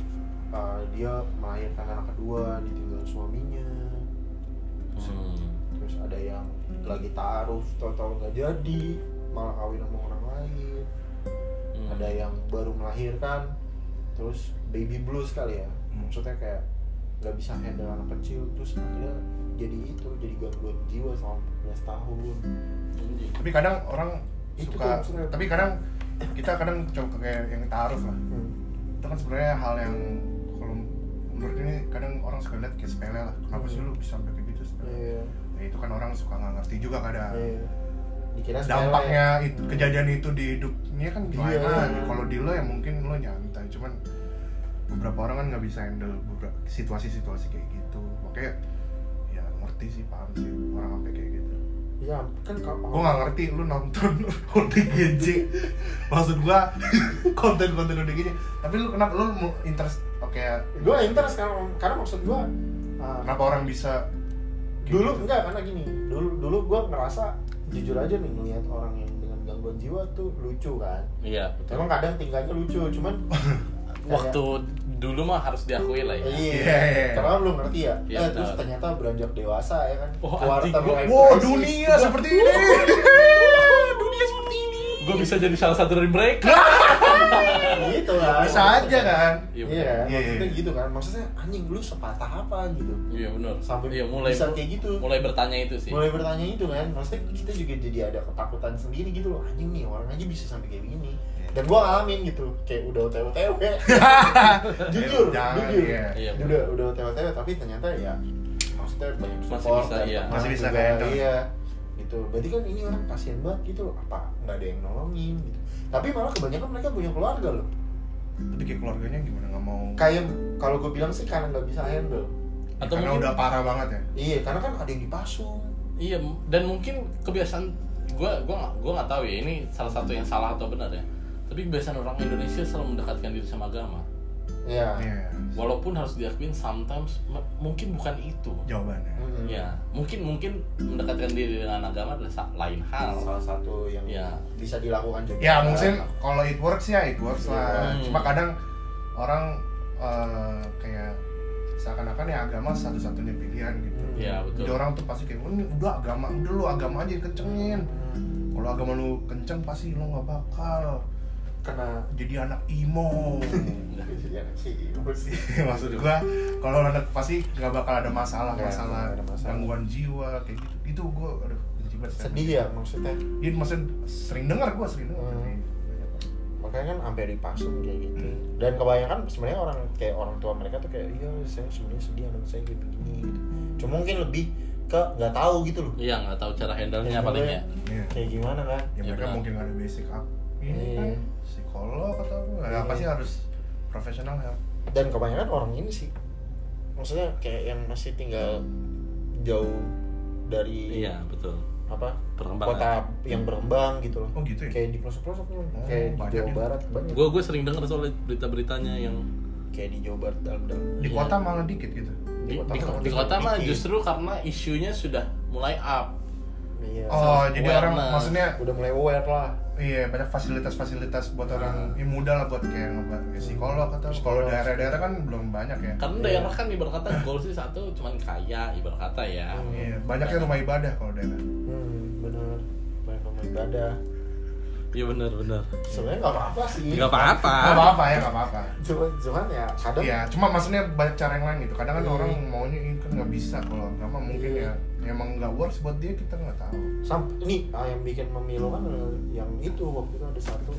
A: uh, dia melahirkan anak kedua ditinggal suaminya
B: Hmm.
A: terus ada yang lagi taruh total nggak jadi malah kawin sama orang lain
B: Hmm.
A: ada yang baru melahirkan terus baby blues kali ya
C: Hmm.
A: maksudnya kayak nggak bisa handle anak kecil terus akhirnya jadi itu jadi gangguan jiwa selama 14 tahun
B: Anjing.
C: tapi kadang orang
A: Itu tuh
C: suka,
A: maksudnya.
C: tapi kadang kita kadang coba kayak yang taruh lah. Itu kan sebenarnya hal yang kalau menurut ini kadang orang suka lihat kayak sepele lah. Kenapa sih
A: Hmm.
C: lu bisa sampai kayak gitu sepele?
A: Iya,
C: Ya, itu kan orang suka nggak ngerti juga kadang.
A: iya. dikira sepele.
C: Dampaknya itu, kejadian itu di hidupnya kan gimana?
A: Iya.
C: Kalau di lo ya mungkin lo nyantai, cuman beberapa orang kan nggak bisa handle beberapa situasi-situasi kayak gitu. Makanya ya ngerti sih paham sih orang sampai kayak gitu.
A: iya kan kalau
C: gue gak ngerti lu nonton *laughs* ODGJ maksud gua *laughs* konten-konten ODGJ tapi lu kenapa lu mau interest oke
A: gue interest sekarang karena maksud gue uh,
C: kenapa orang bisa kayak
A: dulu
C: gitu?
A: enggak karena gini dulu dulu gue ngerasa jujur aja nih ngelihat orang yang dengan gangguan jiwa tuh lucu kan
B: iya betul
A: emang kadang tingkahnya lucu cuman kayak-
B: waktu dulu mah harus diakui lah ya
A: Iya,
C: Iya, iya.
A: karena kan belum ngerti ya.
B: Iya,
A: eh, terus
B: betul.
A: ternyata beranjak dewasa ya kan.
B: Oh,
A: Keluar
B: anjing,
A: term
B: gua-
A: life
C: wow
A: crisis.
C: *laughs* dunia
A: Gua-
C: seperti ini
B: gue bisa bisa jadi salah satu dari mereka
A: gitu lah
C: bisa aja kan
A: iya
B: bener.
A: kan?
C: Iya, iya,
A: Maksudnya
C: iya.
A: gitu kan maksudnya anjing lu sepatah apa gitu
B: iya benar
A: sampai
B: iya mulai
A: bisa kayak gitu
B: mulai bertanya itu sih
A: mulai bertanya itu kan maksudnya kita juga jadi ada ketakutan sendiri gitu loh anjing nih orang aja bisa sampai kayak begini dan gua ngalamin gitu kayak udah otw otw jujur
C: Jangan,
A: jujur
C: iya.
B: Iya,
A: udah udah otw otw tapi ternyata ya maksudnya banyak
B: Masih
A: support
B: bisa,
A: banyak
B: iya.
A: teman
C: Masih bisa
A: juga,
C: handle.
A: iya gitu berarti kan ini orang kasihan banget gitu apa nggak ada yang nolongin gitu tapi malah kebanyakan mereka punya keluarga loh
C: tapi kayak keluarganya gimana nggak mau
A: kayak kalau gue bilang sih karena nggak bisa handle
B: atau
C: karena
B: mungkin
C: udah parah banget ya
A: iya karena kan ada yang dipasung
B: Iya, dan mungkin kebiasaan gua gua nggak gua nggak tahu ya ini salah satu yang salah atau benar ya. Tapi kebiasaan orang Indonesia selalu mendekatkan diri sama agama.
A: iya
C: Iya,
B: Walaupun harus diakuin sometimes m- mungkin bukan itu.
C: jawabannya
A: Mm.
B: Ya, mungkin mungkin mendekatkan diri dengan agama adalah sa- lain hal.
A: salah satu yang
B: Iya.
A: bisa dilakukan juga
C: ya mungkin kalau it works ya it works lah
B: Hmm.
C: cuma kadang orang eh, kayak seakan-akan ya agama satu-satunya pilihan gitu
B: Iya,
C: jadi
B: betul.
C: orang tuh pasti kayak "Oh, ini udah agama udah lu agama aja kencengin kalau agama lu kenceng pasti lu nggak bakal
A: kena
C: jadi anak imo
A: kejadian sih gitu sih
C: *laughs* maksud gua kalau lu anak pasti nggak bakal ada masalah
A: Nggak,
C: masalah
A: Iya, nggak ada masalah.
C: gangguan jiwa kayak gitu itu gua aduh benci banget sekarang.
A: sedih ya maksudnya
C: Iya, maksudnya sering dengar gua sering dengar Iya,
A: Hmm. makanya kan sampai dipasung kayak gitu dan kebanyakan sebenarnya orang kayak orang tua mereka tuh kayak iya saya sebenarnya sedih anak saya kayak begini gitu cuma mungkin lebih ke nggak tahu gitu loh
B: Iya, nggak tahu cara handle-nya
A: Handle-nya.
B: paling ya.
C: Iya.
A: kayak gimana kan
C: ya
B: Ya,
C: mereka
B: benar.
C: mungkin nggak ada basic up
A: Iya.
C: ini kan psikolog atau apa ya,
A: Iya.
C: pasti harus profesional ya
A: dan kebanyakan orang ini sih maksudnya kayak yang masih tinggal jauh dari
B: Iya, betul.
A: apa kota
B: Perkembangan.
A: yang berkembang gitu loh
C: oh gitu ya
A: kayak di pelosok-pelosok nih
C: Oh,
A: kayak di
C: banyak
A: Jawa
C: ya.
A: Barat banyak
B: Gua gua sering dengar soal berita-beritanya yang
A: kayak di Jawa Barat dalam-dalam
C: di
B: Iya.
C: kota malah dikit gitu
B: di,
A: kota
B: di-
A: mah
B: di kota mah
A: dikit.
B: justru karena isunya sudah mulai up.
A: iya
C: oh jadi orang
B: awareness.
C: maksudnya
A: udah mulai aware lah
C: iya banyak fasilitas-fasilitas buat orang ya, muda lah buat kayak ngebuat ya, psikolog atau kalau
A: Ah. Psikolog.
C: daerah-daerah kan belum banyak ya
B: Karena
A: Iya.
B: daerah kan ibarat kata goalsnya satu cuman kaya ibarat kata ya.
A: Hmm.
C: Iya, banyaknya rumah ibadah kalau daerah.
A: hmm bener banyak rumah ibadah
B: Iya benar benar.
A: sebenarnya nggak apa-apa sih
B: Enggak apa-apa.
C: Gak apa-apa ya, gak apa-apa.
A: cuman cuman ya kadang
C: Iya, cuma maksudnya banyak cara yang lain gitu. Kadang kan
A: Iya.
C: orang maunya ini kan nggak bisa kalau agama mungkin
A: Iya.
C: ya emang nggak works buat dia kita nggak tahu.
A: sam ini ah, yang bikin memilukan adalah yang itu waktu itu ada satu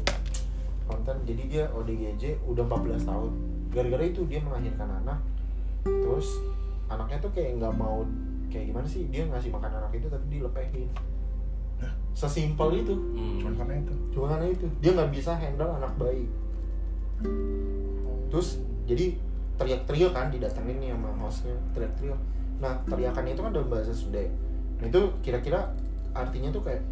A: konten jadi dia ODGJ udah 14 tahun gara-gara itu dia melahirkan anak terus anaknya tuh kayak nggak mau kayak gimana sih dia ngasih makan anak itu tapi dilepehin sesimpel itu
B: Hmm.
C: Cuman karena itu.
A: cuma karena itu dia nggak bisa handle anak bayi terus jadi teriak-teriak kan didatengin nih sama hostnya teriak-teriak nah teriakan itu kan dalam bahasa Sunda ya. nah, itu kira-kira artinya tuh kayak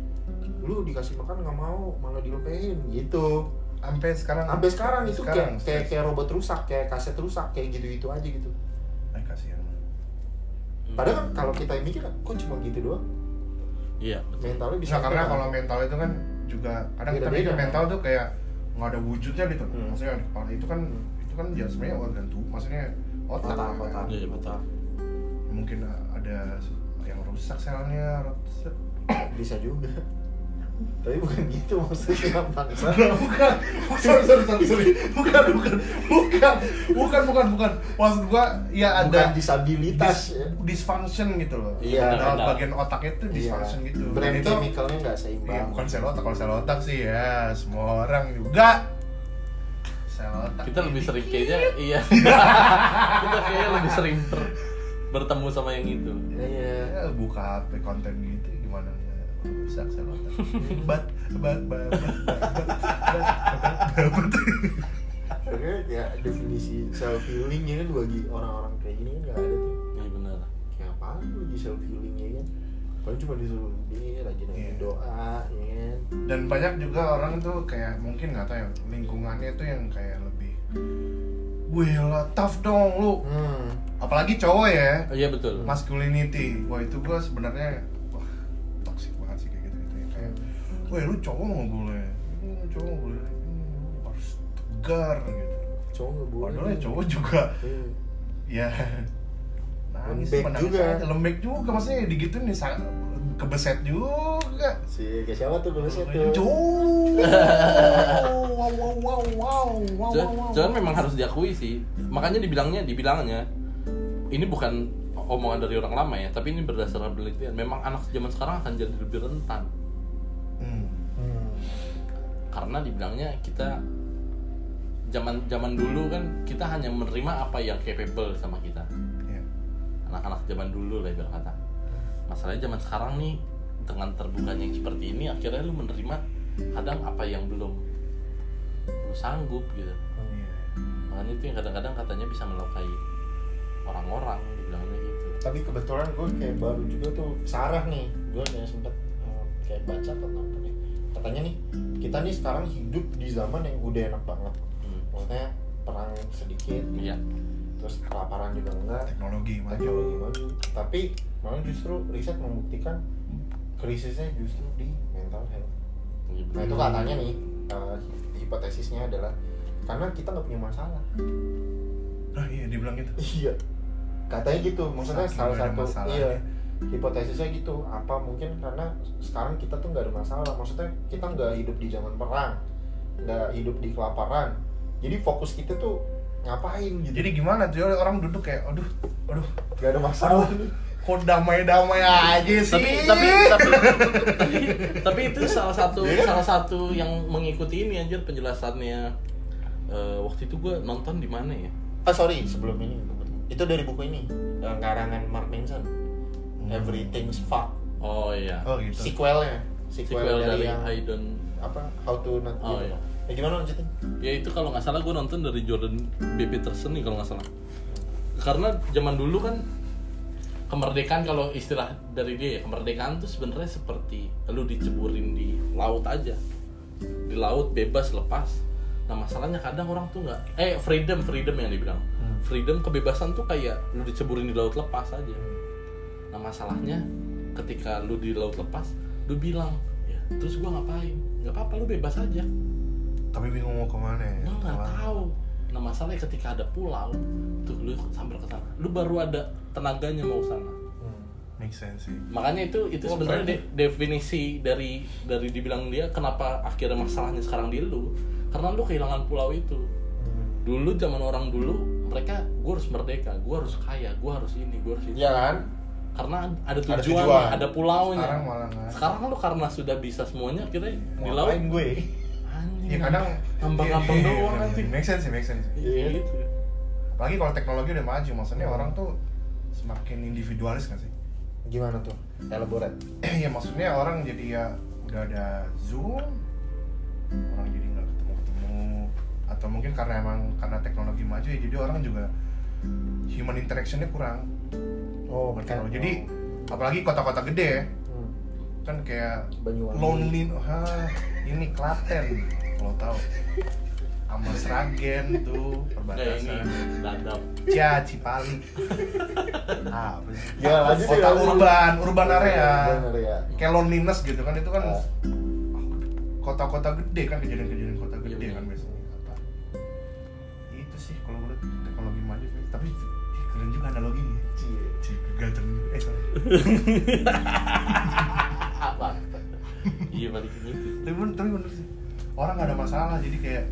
A: lu dikasih makan nggak mau malah dilupain gitu
C: Sampai sekarang.
A: sampai sekarang itu
C: Sekarang,
A: kayak, kayak
C: sekarang.
A: kayak robot rusak kayak kaset rusak kayak gitu-gitu aja gitu
C: Ay, kasihan.
B: Hmm.
A: padahal kan kalau kita mikir kok cuma gitu doang
B: iya betul.
A: mentalnya bisa
C: Bisa karena kalau mental itu kan juga kadang
A: Iya.
C: kita
A: Beda-beda.
C: mikir mental tuh kayak nggak ada wujudnya gitu.
A: Hmm.
C: Maksudnya di kepala itu kan itu kan ya sebenarnya organ tubuh, maksudnya otak.
A: otak
C: kan.
A: otak
B: Iya, betul.
C: Mungkin ada yang rusak selnya rusak.
A: bisa juga tapi bukan gitu maksudnya bangsa
C: bukan sorry sorry sorry sorry bukan bukan bukan bukan bukan bukan maksud gua ya
A: bukan
C: ada
A: disabilitas
C: dis-
A: ya
C: dysfunction gitu loh
A: Iya,
C: ada
B: benar.
C: bagian otaknya *laughs* itu dysfunction
A: Iya.
C: gitu
A: Brain
C: Dan itu
A: chemicalnya nggak seimbang.
C: iya bukan sel otak kalau sel otak sih ya semua orang juga sel otak
B: Kita lebih
C: ini.
B: sering kayaknya iya. kita kayaknya lebih sering ter- bertemu sama yang itu.
A: Iya.
C: ya, buka HP konten gitu gimana ya rusak sel otak bat bat bat bat bat, bat, bat, bat.
A: Sebenarnya ya definisi self healing ya kan bagi orang-orang kayak gini kan nggak ada tuh.
B: Iya benar.
A: Kayak apaan lu di self healing ya kan? Paling cuma disuruh dia rajin
C: Iya.
A: rajin doa ya kan.
C: dan banyak juga orang tuh kayak mungkin nggak tahu ya lingkungannya tuh yang kayak lebih Wih lah tough dong lu
A: Hmm.
C: Apalagi cowok ya
B: Iya betul.
C: Masculinity Wah itu gua sebenarnya Wah toxic banget sih kayak gitu, -gitu. Kayak Wih lu cowok nggak boleh Hmm, Cowok nggak boleh Hmm, Harus tegar gitu
A: Cowok nggak boleh.
C: Padahal ya cowok juga
A: Iya.
C: Ya Nangis
A: Lembek
C: menangis
A: juga.
C: ya aja. Lembek juga Maksudnya digituin nih sa- Kebeset juga gak?
A: si kayak siapa tuh nulisnya
B: Gitu. *laughs*
A: tuh
C: Jauh. wow wow wow wow wow wow
B: Cuman,
C: wow.
B: cuman memang harus diakui sih. Makanya dibilangnya, dibilangnya ini bukan omongan dari orang lama ya, tapi ini berdasarkan penelitian. Memang anak zaman sekarang akan jadi lebih rentan
C: Hmm.
A: Hmm.
B: karena dibilangnya kita zaman zaman dulu kan kita hanya menerima apa yang capable sama kita.
C: Ya.
B: anak-anak zaman dulu lah ibarat kata masalahnya zaman sekarang nih dengan terbukanya yang seperti ini akhirnya lu menerima kadang apa yang belum lu sanggup gitu
C: Iya.
B: makanya itu yang kadang-kadang katanya bisa melukai orang-orang dibilangnya gitu
A: tapi kebetulan gue kayak baru juga tuh sarah nih gue kayak sempet eh, kayak baca atau apa nih katanya nih kita nih sekarang hidup di zaman yang udah enak banget
B: hmm.
A: maksudnya perang sedikit
B: iya
A: terus kelaparan juga enggak
C: Teknologi maju.
A: teknologi maju tapi malah justru riset membuktikan krisisnya justru di mental health
B: Iya,
A: nah
B: bener.
A: itu katanya nih eh, hipotesisnya adalah karena kita nggak punya masalah
C: Ah iya dibilang gitu.
A: *laughs* iya katanya gitu maksudnya
C: Saking
A: salah
C: nggak ada
A: satu
C: masalahnya.
A: iya hipotesisnya gitu apa mungkin karena sekarang kita tuh nggak ada masalah maksudnya kita nggak hidup di zaman perang nggak hidup di kelaparan jadi fokus kita tuh ngapain gitu
C: Jadi gimana tuh orang duduk kayak aduh aduh
A: nggak ada masalah
C: kok damai-damai aja sih.
B: tapi tapi tapi, tapi tapi itu salah satu salah satu yang mengikuti ini anjir penjelasannya Eh, waktu itu gue nonton di mana ya
A: Ah sorry sebelum ini itu dari buku ini eh, karangan Mark Manson
B: Hmm.
A: Everything's Fuck
B: oh iya
C: Oh gitu.
A: sequelnya sequel,
B: sequel
A: dari,
B: dari
A: yang
B: I Don't
A: apa How to Not
B: Oh,
A: Give
B: iya.
A: Up. ya gimana lanjutin
B: ya itu kalau nggak salah gue nonton dari Jordan B. Peterson nih kalau nggak salah karena zaman dulu kan kemerdekaan kalau istilah dari dia ya, kemerdekaan tuh sebenarnya seperti lu diceburin di laut aja di laut bebas lepas nah masalahnya kadang orang tuh nggak eh freedom freedom yang dibilang freedom kebebasan tuh kayak lu diceburin di laut lepas aja nah masalahnya ketika lu di laut lepas lu bilang ya terus gua ngapain nggak apa-apa lu bebas aja
C: Tapi bingung mau kemana ya?
B: Lu nggak
C: Kemana?
B: tahu. Nah masalahnya ketika ada pulau, tuh lu sambar ke sana. Lu baru ada tenaganya mau ke sana.
C: Make sense sih.
B: Makanya itu itu
C: Wah,
B: sebenarnya
C: keren.
B: de- definisi dari dari dibilang dia kenapa akhirnya masalahnya sekarang di lu karena lu kehilangan pulau itu. Dulu zaman orang dulu mereka gue harus merdeka, gue harus kaya, gue harus ini, gue harus ini.
A: Iya kan
B: Karena ada
A: Ada
B: tujuannya, ada,
A: tujuan.
B: pulaunya.
C: Sekarang malah nggak.
B: Sekarang lu karena sudah bisa semuanya akhirnya di
A: mau
B: laut
A: ngapain gue
B: anjing.
C: Ya kadang
B: ngambang-ngambang
C: iya, iya,
B: Iya. doang
C: iya,
B: nanti.
C: Make sense sih, make sense sih.
B: Iya gitu.
C: Apalagi kalau teknologi udah maju, maksudnya orang tuh semakin individualis kan sih?
A: gimana tuh elaborate
C: *clears throat* ya maksudnya orang jadi ya udah ada zoom orang jadi nggak ketemu ketemu atau mungkin karena emang karena teknologi maju ya jadi orang juga human interactionnya kurang
A: oh Hmm.
C: ngerti nggak lo? jadi apalagi kota-kota gede ya, kan kayak
A: Banyuwangi.
C: lonely Hah, ini Klaten kalau tahu sama Sragen tuh
B: Kayak Nah, ini
C: perbatasan
B: dadap.
C: Cia Cipali ah, apa sih?
A: Ya, lanjut ya,
C: kota
A: lanjut. Iya,
C: urban urban area
A: Urban area.
C: kayak loneliness gitu kan itu kan
B: Iya.
A: Ah.
C: kota-kota gede kan kejadian-kejadian kota gede
B: Iya,
C: kan
B: iya.
C: biasanya apa itu sih kalau gue liat teknologi maju sih tapi ih, keren juga analoginya
A: Cie.
C: Cik, ganteng eh sorry
B: apa iya balik ini
C: tapi bener, tapi bener sih orang gak ada masalah jadi kayak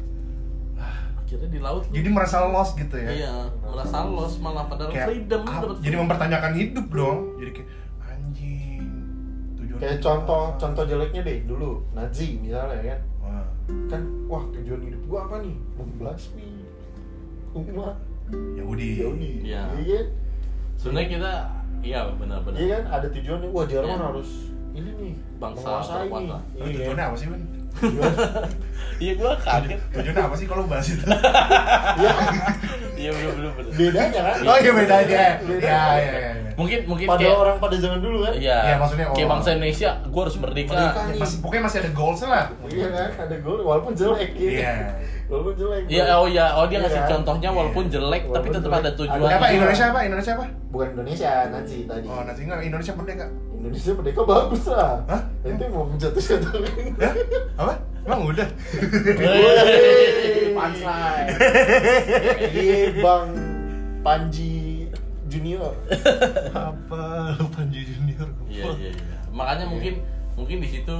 B: akhirnya di laut
C: jadi merasa lost gitu ya
B: iya merasa los malah padahal
C: kayak
B: freedom
C: ah,
B: dapat
C: jadi mempertanyakan hidup dong jadi kayak anjing tujuan
A: kayak
C: hidup
A: contoh
C: apa?
A: contoh jeleknya deh dulu Nazi misalnya kan
C: Wah.
A: kan wah tujuan hidup gua apa nih membasmi umat
C: Yahudi
A: Yahudi
B: Iya.
A: iya
B: sebenarnya kita iya
A: kan
B: benar-benar
A: iya kan ada tujuannya wah Jerman
B: Iya.
A: harus ini nih
B: Bangsa
A: menguasai
B: terkuat
A: nih
B: lah.
C: Tapi
A: iya
C: tujuannya apa sih Ben?
A: tujuan
B: iya gua kaget
C: tujuannya apa sih kalau bahas itu
A: *laughs* iya
B: iya belum belum benar
A: bedanya kan
C: Oh iya beda aja.
A: Beda.
C: Ya ya ya.
B: mungkin mungkin
A: pada
B: kayak
A: orang pada zaman dulu kan
B: iya
C: Iya, maksudnya
B: kayak
C: orang-
B: bangsa Indonesia gua harus merdeka
A: Merdeka.
C: Ya, Masih pokoknya masih ada goals lah.
A: iya kan ada gol walaupun jelek ya
C: Iya.
A: walaupun jelek
B: Iya, oh iya, oh dia ngasih
A: Iya.
B: contohnya walaupun
C: Iya.
B: jelek tapi
A: Walaupun
B: tetap
A: jelek.
B: ada tujuan.
A: Ada
C: Apa Indonesia apa? Indonesia apa?
A: bukan Indonesia Nazi tadi
C: Oh, nanti enggak Indonesia merdeka.
A: Indonesia merdeka bagus lah
C: Hah?
A: nanti mau jatuh jatuhin
C: Ya? Apa? Emang udah.
A: Iya. Wey, Punchline Iya Bang Panji Junior
C: *laughs* apa? Panji Junior.
A: *laughs*
B: Iya, iya, iya. Makanya mungkin mungkin di situ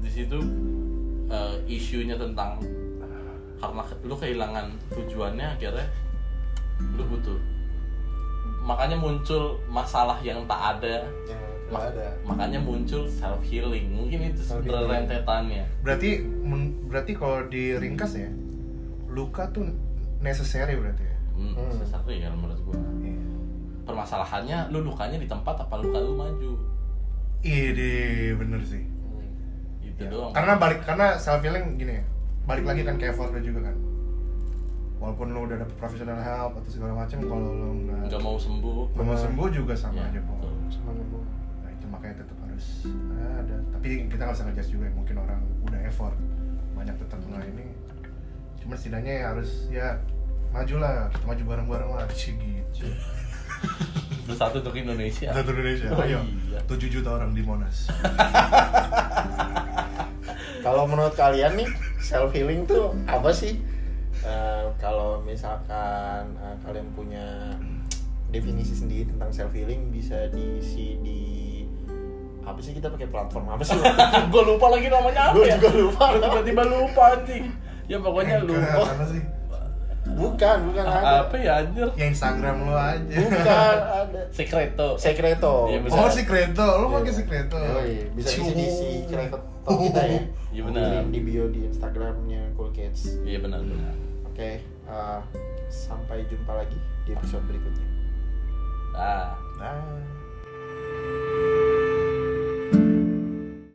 B: di situ eh, isunya tentang karena ke- lu kehilangan tujuannya akhirnya lu butuh makanya muncul masalah yang tak ada
A: yang
B: Mak-
A: nggak ada
B: makanya muncul self healing mungkin itu
A: Self-healing.
B: rentetannya
C: Berarti men- berarti kalau diringkas ya, luka tuh necessary berarti ya.
B: hmm,
A: Hmm. Iya.
B: sesuatu ya kalau menurut gua permasalahannya lu lukanya di tempat apa luka lu maju
C: Ide bener sih.
B: gitu
A: Iya.
C: Ya.
B: doang
C: Karena balik karena self healing gini ya. Balik lagi kan ke effort lu juga kan. Walaupun lu udah dapet professional help atau segala macam kalau lu
B: nggak
C: nggak
B: mau sembuh
C: nggak mau sembuh juga sama
B: Ya,
C: aja kok.
B: betul.
A: cuma nunggu
C: Nah, itu makanya tetap harus ah, ada. Tapi kita nggak usah ngejudge juga ya. Mungkin orang udah effort banyak tetap nggak ini. Cuma setidaknya ya harus ya majulah kita maju bareng-bareng lah *laughs* Cih, gitu.
B: bersatu untuk Indonesia
C: Satu Indonesia,
B: Oh,
C: ayo.
B: iya.
C: 7 juta orang di Monas.
A: kalau menurut kalian nih self healing tuh apa sih Eh, kalau misalkan eh, kalian punya definisi sendiri tentang self healing bisa diisi di apa sih kita pakai platform apa
B: *laughs*
A: sih
B: gue lupa lagi namanya apa
A: Gua
B: ya
A: juga lupa.
B: Gua tiba-tiba lupa anjing ya
C: *laughs*
B: pokoknya
C: Anchor,
B: lupa
C: Apa sih?
A: bukan bukan ada
B: apa ya anjir
C: Ya Instagram lo aja.
A: bukan ada
B: Secreto
A: sekreto
B: Iya,
C: Oh,
B: Bisa.
C: Secreto. Lo pakai Secreto.
A: Yoi, bisa diisi di si kreator kita ya
B: Iya, benar.
A: Link di bio di instagramnya cool kids
B: iya benar benar
A: oke eh, sampai jumpa lagi di episode berikutnya
B: ah
C: Nah.